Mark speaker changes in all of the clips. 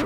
Speaker 1: Du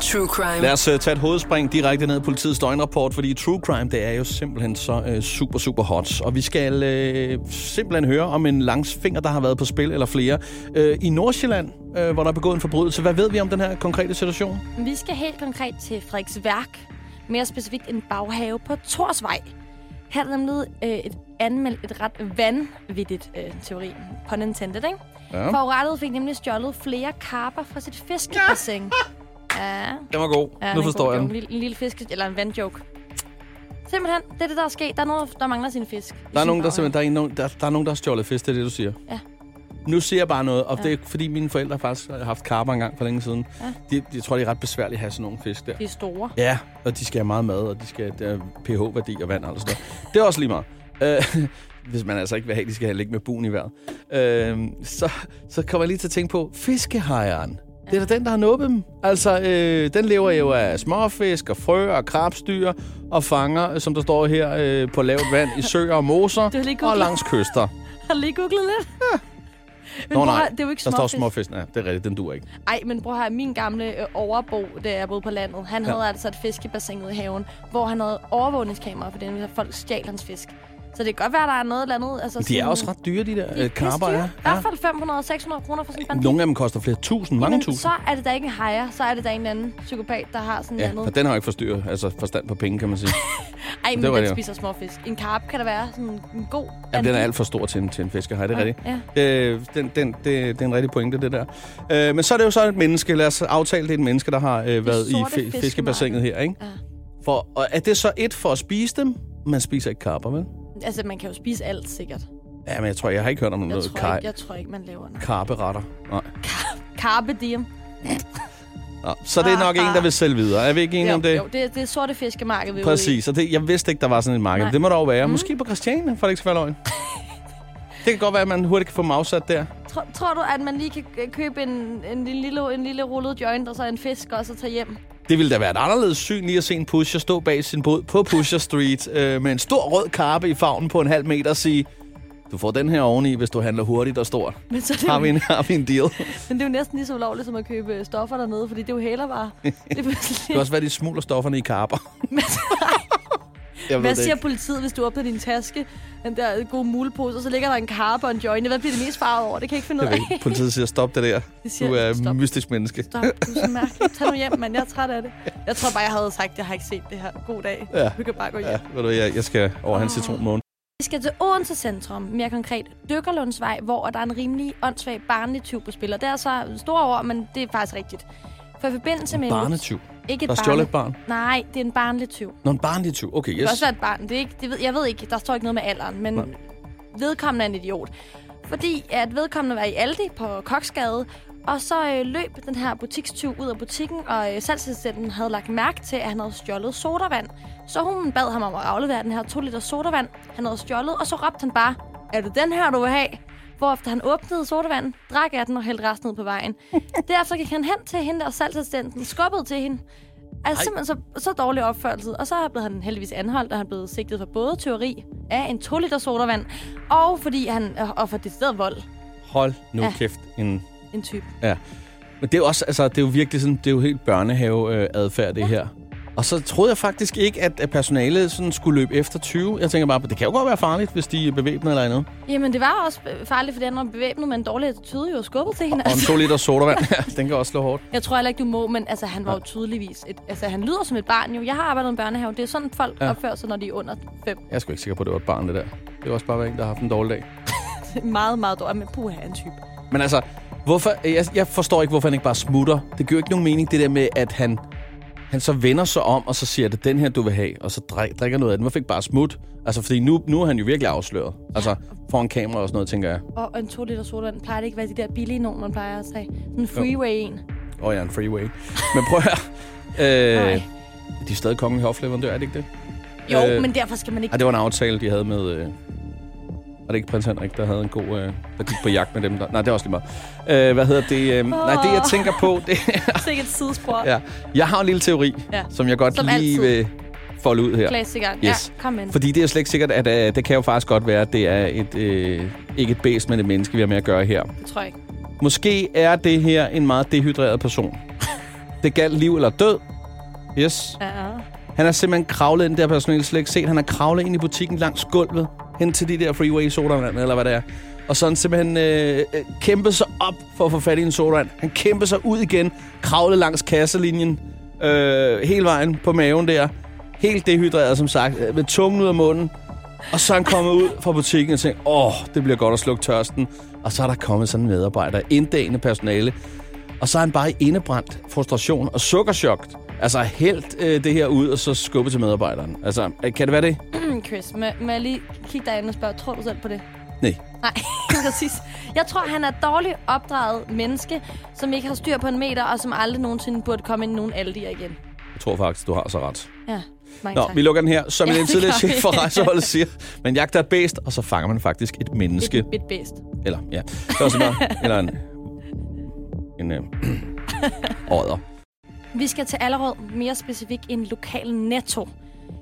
Speaker 1: true crime.
Speaker 2: Lad os øh, tage et hovedspring direkte ned i politiets døgnrapport, fordi true crime, det er jo simpelthen så øh, super, super hot. Og vi skal øh, simpelthen høre om en langsfinger, der har været på spil, eller flere, øh, i Nordsjælland, øh, hvor der er begået en forbrydelse. Hvad ved vi om den her konkrete situation?
Speaker 3: Vi skal helt konkret til Frederiks værk, mere specifikt en baghave på Torsvej. Her er der nemlig øh, et anmeldt et ret vanvittigt øh, teori, pun intended, ikke?
Speaker 2: Ja.
Speaker 3: Forurettet fik nemlig stjålet flere karper fra sit fiskebassin. Ja.
Speaker 2: Den var god.
Speaker 3: ja
Speaker 2: nu forstår jeg
Speaker 3: en, god joke.
Speaker 2: den.
Speaker 3: Lille, en lille fiske, eller en vandjoke. Simpelthen, det er det, der er sket. Der er noget, der mangler sin fisk. i
Speaker 2: Der er,
Speaker 3: sin
Speaker 2: nogen, der,
Speaker 3: baghave.
Speaker 2: simpelthen, der, er en, nogen- der, der er nogen, der har stjålet fisk, det er det, du siger.
Speaker 3: Ja.
Speaker 2: Nu siger jeg bare noget, og det er fordi mine forældre faktisk har haft karper engang for længe siden.
Speaker 3: Ja.
Speaker 2: De, de, jeg tror, det er ret besværligt at have sådan nogle fisk der.
Speaker 3: De er store.
Speaker 2: Ja, og de skal have meget mad, og de skal have pH-værdi og vand og alt sådan noget. Det er også lige meget. Øh, hvis man altså ikke vil have, at de skal have ligge med buen i vejret. Øh, så, så kommer jeg lige til at tænke på fiskehejeren. Det er da den, der har nubbet dem. Altså, øh, den lever jo af småfisk og frø og krabstyr og fanger, øh, som der står her, øh, på lavt vand i søer og moser
Speaker 3: har lige
Speaker 2: og
Speaker 3: googlet.
Speaker 2: langs kyster.
Speaker 3: Jeg har lige googlet lidt.
Speaker 2: Nå
Speaker 3: Men prøv at
Speaker 2: nej,
Speaker 3: høre, det er jo ikke
Speaker 2: der står
Speaker 3: småfisk.
Speaker 2: småfisk. Ja, det er rigtigt, den dur ikke.
Speaker 3: Ej, men prøv at høre, min gamle øh, overbo, da jeg boede på landet, han
Speaker 2: Ja.
Speaker 3: ja. havde altså et fiskebassin ude i haven, hvor han havde overvågningskamera, fordi han ville have folk stjal hans fisk. Så det kan godt være, der er noget eller andet. Altså,
Speaker 2: De er
Speaker 3: sådan-
Speaker 2: også ret dyre, de der
Speaker 3: De er
Speaker 2: øh, karper.
Speaker 3: pissedyre.
Speaker 2: Ja.
Speaker 3: I
Speaker 2: Ja.
Speaker 3: hvert fald 500-600 kroner for sådan en bandit.
Speaker 2: Nogle af dem koster flere tusind, mange
Speaker 3: Men
Speaker 2: tusind.
Speaker 3: så er det da ikke en hejer, så er det da en eller anden psykopat, der har sådan
Speaker 2: Ja,
Speaker 3: noget.
Speaker 2: og den har jo ikke forstyr, altså forstand på penge, kan man sige.
Speaker 3: Ej, men
Speaker 2: det var
Speaker 3: den
Speaker 2: det jo.
Speaker 3: spiser småfisk. En karp kan da være sådan en god
Speaker 2: Jamen, den er
Speaker 3: bandit.
Speaker 2: alt for stor til en, til en fiskehej, det er
Speaker 3: Ja,
Speaker 2: rigtigt. Øh, den, den, det, det er en rigtig pointe, det der. Øh, men så er det jo så et menneske, lad os aftale, det er et menneske, der har øh, været i
Speaker 3: sorte
Speaker 2: fi-
Speaker 3: fiskemarked.
Speaker 2: fiskebassinet her, ikke?
Speaker 3: Ja.
Speaker 2: For, og er det så et for at spise dem? Man spiser ikke karper, vel?
Speaker 3: Altså, man kan jo spise alt, sikkert.
Speaker 2: Ja, men jeg tror, jeg har ikke hørt om
Speaker 3: Jeg
Speaker 2: noget
Speaker 3: tror,
Speaker 2: kar-
Speaker 3: ikke, jeg tror ikke, man laver noget.
Speaker 2: karperetter. Nej.
Speaker 3: Carpe diem.
Speaker 2: Nå. Så det er nok en, der vil sælge videre. Er vi ikke enige
Speaker 3: Ah, Jo,
Speaker 2: om det?
Speaker 3: jo, det, er- det er sorte fiskemarked, vi er ude i.
Speaker 2: Præcis, og det, jeg vidste ikke, der var sådan et marked.
Speaker 3: Nej. Mm.
Speaker 2: Det må der jo være. Måske på Christiania, for det ikke skal være løgn. det kan godt være, at man hurtigt kan få dem afsat der.
Speaker 3: Tror, tror du, at man lige kan k- købe en, en, lille- lille, en lille rullet joint og så en fisk og så tage hjem?
Speaker 2: Det ville da være et anderledes syn lige at se en pusher stå bag sin båd på Pusher Street øh, med en stor rød karpe i favnen på en halv meter og sige, du får den her oveni, hvis du handler hurtigt og stort.
Speaker 3: Men, så er det,
Speaker 2: Har vi
Speaker 3: jo,
Speaker 2: en, har vi en deal?
Speaker 3: men det er jo næsten lige så ulovligt som at købe øh, stoffer dernede, fordi det er jo hælervarer. Det er
Speaker 2: Det kan
Speaker 3: pludselig...
Speaker 2: også være, de smuler stofferne i karper. Jeg ved
Speaker 3: Hvad
Speaker 2: det
Speaker 3: siger
Speaker 2: ikke.
Speaker 3: politiet, hvis du åbner din taske, den der øh, gode mulepose, og så ligger der en karpe og en joint? Hvad bliver det mest farvet over? Det kan jeg ikke finde
Speaker 2: Jeg
Speaker 3: ud
Speaker 2: ved ikke.
Speaker 3: af.
Speaker 2: Politiet siger, stop det der.
Speaker 3: De siger,
Speaker 2: Du er et
Speaker 3: stop.
Speaker 2: mystisk menneske.
Speaker 3: Stop, du er så mærkelig. Tag nu hjem, mand. Jeg er træt af det. Jeg tror bare, jeg havde sagt, at jeg har ikke set det her. God dag.
Speaker 2: Ja.
Speaker 3: Vi kan bare gå hjem.
Speaker 2: Ja, ved du, hvad, jeg, jeg skal over hans citronmåne.
Speaker 3: Vi skal til Odense Centrum, mere konkret Dykkerlundsvej, hvor der er en rimelig åndssvag barnlig tyv på spil. Og det er så store ord, men det er faktisk rigtigt. For i forbindelse med... en-
Speaker 2: Barnetyv.
Speaker 3: Ikke et
Speaker 2: Der er stjålet et barn.
Speaker 3: Nej, det er en barnlig tyv. Yes.
Speaker 2: Nå, en barnlig tyv. Okay,
Speaker 3: Det kan også
Speaker 2: yes.
Speaker 3: være et barn. Det er ikke, det ved, jeg ved ikke, der står ikke noget med alderen, men
Speaker 2: Nej.
Speaker 3: Nej. vedkommende er en idiot. Fordi at vedkommende var i Aldi på Koksgade, og så øh, løb den her butikstyv ud af butikken, og øh, salgsassistenten havde lagt mærke til, at han havde stjålet sodavand. Så hun bad ham om at aflevere den her 2 liter sodavand, han havde stjålet, og så råbte han bare, er det den her, du vil have? Hvorefter han åbnede sodavanden, drak af den og hældte resten ud på vejen. Derefter gik han hen til hende, og salgsassistenten skubbede til hende. Altså Ej. simpelthen så, så dårlig opførsel. Og så blev han heldigvis anholdt, og han blev sigtet for både teori af en 2 liter sodavand, og fordi han og for decideret vold.
Speaker 2: Hold nu
Speaker 3: Ja.
Speaker 2: kæft. En
Speaker 3: En type.
Speaker 2: Ja. Men det er jo også, altså, det er jo virkelig sådan, det er jo helt børnehaveadfærd, det ja. her. Og så troede jeg faktisk ikke, at, at personalet sådan skulle løbe efter 20. Jeg tænker bare, det kan jo godt være farligt, hvis de er bevæbnet eller andet.
Speaker 3: Jamen, det var også øh, farligt, fordi han var bevæbnet med en dårlig attitude, jo og skubbet til hende.
Speaker 2: Og en
Speaker 3: Altså,
Speaker 2: 2 liter sodavand, ja, den kan også slå hårdt.
Speaker 3: jeg tror heller ikke, du må, men altså, han var jo tydeligvis... Et, altså, han lyder som et barn jo. Jeg har arbejdet i en børnehave. Det er sådan, folk
Speaker 2: Ja.
Speaker 3: ja. opfører sig, når de er under 5.
Speaker 2: Jeg er sgu ikke sikker på, at det var et barn, det der. Det var også bare en, der har haft en dårlig dag.
Speaker 3: meget, meget dårligt. Men puha, en type.
Speaker 2: Men altså, hvorfor, jeg, jeg forstår ikke, hvorfor han ikke bare smutter. Det giver jo ikke nogen mening, det der med, at han, han så vender sig om, og så siger, det er den her, du vil have, og så drik, drikker noget af den. Hvorfor ikke bare smut? Altså, fordi nu, nu er han jo virkelig afsløret. Altså, foran kamera og sådan noget, tænker jeg.
Speaker 3: Og en 2 liter sodavand plejer det ikke at være de der billige nogen, man plejer at tage. Sådan en freeway en.
Speaker 2: Åh oh, ja, en freeway. Men prøv at høre. Øh,
Speaker 3: Nej.
Speaker 2: de er stadig kongen i hofleverandør, er det ikke det?
Speaker 3: Jo,
Speaker 2: Øh,
Speaker 3: men derfor skal man ikke
Speaker 2: Ej, det var en aftale, de havde med, øh, Var det ikke prins Henrik, der havde en god... Øh, der gik på jagt med dem? Der? Nej, det er også lige meget. Øh, hvad hedder det? Øh, nej, det jeg tænker på, det er...
Speaker 3: Sikke et sidespor. Ja.
Speaker 2: ja. Jeg har en lille teori, ja.
Speaker 3: Ja.
Speaker 2: som jeg godt
Speaker 3: Som
Speaker 2: lige
Speaker 3: altid.
Speaker 2: vil folde ud her.
Speaker 3: Klassikeren.
Speaker 2: Yes.
Speaker 3: Ja, kom ind.
Speaker 2: Fordi det er jo slet ikke sikkert, at øh, det kan jo faktisk godt være, at det er et, øh, ikke et bæst, men et menneske, vi har med at gøre her.
Speaker 3: Det tror jeg ikke.
Speaker 2: Måske er det her en meget dehydreret person. det galt liv eller død. Yes.
Speaker 3: Ja.
Speaker 2: Han er simpelthen kravlet ind der personale slet ikke set. Han er kravlet ind i butikken langs gulvet, hen til de der freeway sodavand, eller hvad det er. Og sådan simpelthen øh, øh, kæmpe sig op for at få fat i en sodavand. Han kæmpe sig ud igen, kravlede langs kasselinjen, øh, hele vejen på maven der. Helt dehydreret, som sagt, øh, med tungen ud af munden. Og så er han kommet ud fra butikken og tænkt, åh, det bliver godt at slukke tørsten. Og så er der kommet sådan en medarbejder, inddagende personale, og så er han bare i indebrændt frustration og sukkerchok. Altså helt øh, det her ud, og så skubbe til medarbejderen. Altså, øh, kan det være det?
Speaker 3: Mm, Chris, må, må jeg lige kigge dig ind og spørge, tror du selv på det?
Speaker 2: Nej.
Speaker 3: Nej, præcis. Jeg tror, han er et dårligt opdraget menneske, som ikke har styr på en meter, og som aldrig nogensinde burde komme ind i nogen aldier igen.
Speaker 2: Jeg tror faktisk, du har så ret.
Speaker 3: Ja, mange
Speaker 2: Nå,
Speaker 3: tak.
Speaker 2: vi lukker den her, som
Speaker 3: Ja,
Speaker 2: en
Speaker 3: det
Speaker 2: tidligere
Speaker 3: gør vi.
Speaker 2: chef for rejseholdet siger. Man jagter et bæst, og så fanger man faktisk et menneske.
Speaker 3: Et, et bedst.
Speaker 2: Eller, ja. Det var sådan noget. Eller en... En... Øh, ådder.
Speaker 3: Vi skal til Allerød, mere specifikt en lokal netto.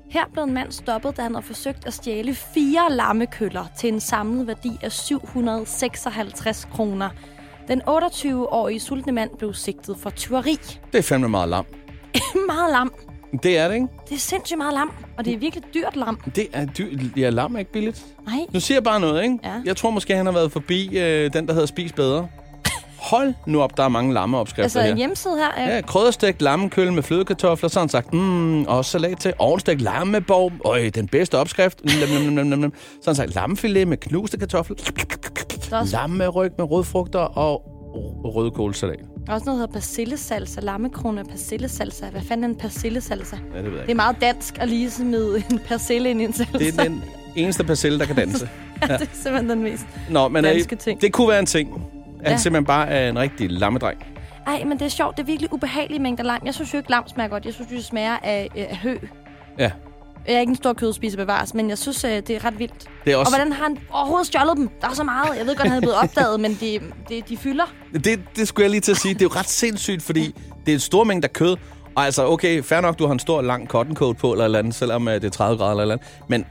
Speaker 3: Her blev en mand stoppet, da han havde forsøgt at stjæle fire lammekøller til en samlet værdi af 756 kroner. Den 28-årige sultne mand blev sigtet for tyveri.
Speaker 2: Det er fandme meget lam.
Speaker 3: meget lam.
Speaker 2: Det er det, ikke?
Speaker 3: Det er sindssygt meget lam, og det er virkelig dyrt lam.
Speaker 2: Det er dyrt. Ja, lam er ikke billigt.
Speaker 3: Nej,
Speaker 2: Nu siger jeg bare noget, ikke?
Speaker 3: Ja.
Speaker 2: Jeg tror måske, han har været forbi øh, den, der hedder Spis Bedre. Hold nu op, der er mange lammeopskrifter
Speaker 3: altså
Speaker 2: her.
Speaker 3: en hjemmeside her.
Speaker 2: Ja, krydderstegt lammekøl med flødekartofler, så har han sagt, mm, og salat til ovnstegt lammeborg, øj, den bedste opskrift, Nam, nam, nam, nam, nam. så har han sagt lammefilet med knuste kartofler,
Speaker 3: Der er også,
Speaker 2: lammeryg med rødfrugter og rødkålsalat.
Speaker 3: der er også noget, der hedder persillesalsa, lammekrone og persillesalsa. Hvad fanden er en persillesalsa?
Speaker 2: Ja, det ved jeg
Speaker 3: Det er
Speaker 2: ikke.
Speaker 3: meget dansk at lige smide en persille ind i en salsa.
Speaker 2: Det er den eneste persille, der kan danse.
Speaker 3: ja. det er simpelthen den mest.
Speaker 2: Nå, men øh,
Speaker 3: Danske ting.
Speaker 2: det kunne være en ting, at han
Speaker 3: Ja.
Speaker 2: simpelthen bare er en rigtig lammedreng.
Speaker 3: Ej, men det er sjovt. Det er virkelig ubehagelige mængder lam. Jeg synes jo ikke, lam smager godt. Jeg synes, det smager af, øh, af hø.
Speaker 2: Ja,
Speaker 3: Jeg er ikke en stor kødspiser bevares, men jeg synes, øh, det er ret vildt.
Speaker 2: det er
Speaker 3: Og
Speaker 2: også...
Speaker 3: hvordan har han overhovedet stjålet dem? Der er så meget. Jeg ved godt, han er blevet opdaget, men de, de, de fylder.
Speaker 2: Det, det skulle jeg lige til at sige. Det er jo ret sindssygt, fordi det er en stor mængde af kød. Og altså, okay, fair nok, du har en stor, lang cotton coat på eller et eller andet, selvom øh, det er 30 grader eller et eller andet. Men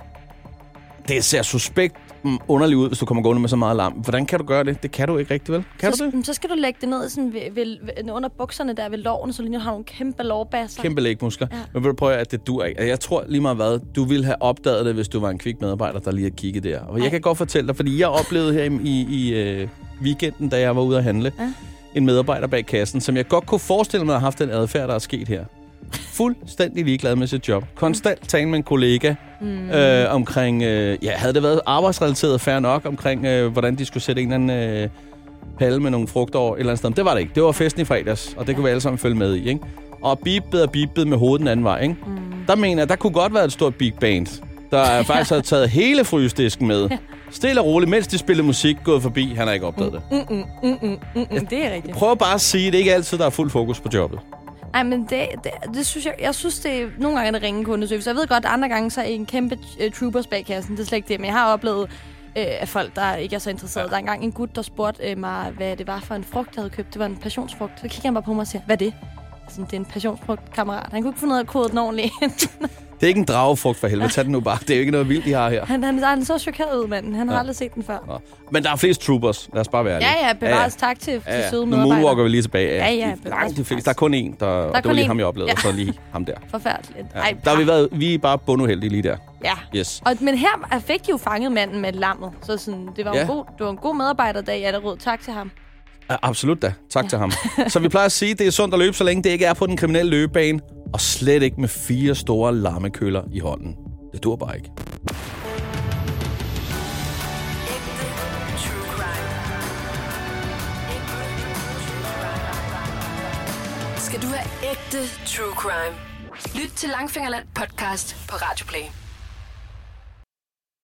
Speaker 2: det ser suspekt mm, underligt ud, hvis du kommer gående med så meget larm. Hvordan kan du gøre det? Det kan du ikke rigtig, vel? Kan
Speaker 3: så,
Speaker 2: du det?
Speaker 3: jamen, Så skal du lægge det ned sådan ved, ved, ved, under bukserne der ved loven, så lige nu har du nogle kæmpe lårbasser.
Speaker 2: Kæmpe lægmuskler. Ja.
Speaker 3: Ja.
Speaker 2: Men vil du prøve at det dur ikke? Jeg tror lige meget hvad, du ville have opdaget det, hvis du var en kvik medarbejder, der lige havde kigget der. Og jeg
Speaker 3: Ej.
Speaker 2: kan godt fortælle dig, fordi jeg oplevede her i, i, i øh, weekenden, da jeg var ude at handle, ja.
Speaker 3: Ja.
Speaker 2: en medarbejder bag kassen, som jeg godt kunne forestille mig har haft den adfærd, der er sket her. Fuldstændig ligeglad med sit job. Konstant tale med en kollega mm. øh, omkring, øh, ja, havde det været arbejdsrelateret fair nok, omkring øh, hvordan de skulle sætte en eller anden... Øh, palle med nogle frugter over et eller andet sted. Men det var det ikke. Det var festen i fredags, og det kunne vi alle sammen følge med i, ikke? Og bippede og bippede med hovedet den anden vej, ikke? Mm. Der mener jeg, der kunne godt være et stort big band, der faktisk havde taget hele frysedisken med. Stille og roligt, mens de spillede musik, gået forbi. Han har ikke opdaget det.
Speaker 3: Mm, det er rigtigt.
Speaker 2: Prøv bare at sige, at det ikke er altid, der er fuld fokus på jobbet.
Speaker 3: Nej, men det, det, det, synes jeg, jeg synes, det er nogle gange er det ringe kundeservice. Jeg ved godt, at andre gange så er I en kæmpe uh, troopers bag kassen. Det er slet ikke det, men jeg har oplevet øh, af folk, der ikke er så interesserede. Ja. Der er engang en gut, der spurgte øh, mig, hvad det var for en frugt, jeg havde købt. Det var en passionsfrugt. Så kigger han bare på mig og siger, hvad er det? Sådan, det er en passionsfrugt, kammerat. Han kunne ikke finde ud af at kode den ordentligt.
Speaker 2: Det er ikke en dragefrugt for helvede. Tag den nu bare. Det er jo ikke noget vildt, de har her.
Speaker 3: han, han, han så chokeret ud, manden. Han har
Speaker 2: Ja.
Speaker 3: ja. aldrig set den før.
Speaker 2: Nå. Men der er flest troopers. Lad os bare være
Speaker 3: Ja,
Speaker 2: ærlige.
Speaker 3: ja, bevares ja, ja. tak til, til
Speaker 2: Ja, ja.
Speaker 3: søde
Speaker 2: Nu
Speaker 3: medarbejdere.
Speaker 2: moonwalker vi lige tilbage.
Speaker 3: Ja, ja,
Speaker 2: De- Langt de fleste.
Speaker 3: faktisk.
Speaker 2: Der er kun én, der... Der det var
Speaker 3: kun
Speaker 2: lige
Speaker 3: én.
Speaker 2: ham, jeg oplevede,
Speaker 3: Ja.
Speaker 2: og så lige ham der.
Speaker 3: Forfærdeligt. ah,
Speaker 2: Ja. Der har vi været, vi er bare bunduheldige lige der.
Speaker 3: Ja.
Speaker 2: Yes.
Speaker 3: Og, men her er- fik de jo fanget manden med lammet. Så sådan, det var,
Speaker 2: Ja.
Speaker 3: en god, det var en god medarbejderdag i Allerød. Tak til ham.
Speaker 2: Ja, Absolut da. Tak ja. til ham. Så vi plejer at sige, det er sundt at løbe, så længe det ikke er på den kriminelle løbebane, og slet ikke med fire store lammekøller i hånden. Det dur bare ikke.
Speaker 1: Ægte true crime. Ægte true crime. Skal du have ægte true crime? Lyt til Langfingerland podcast på Radio Play.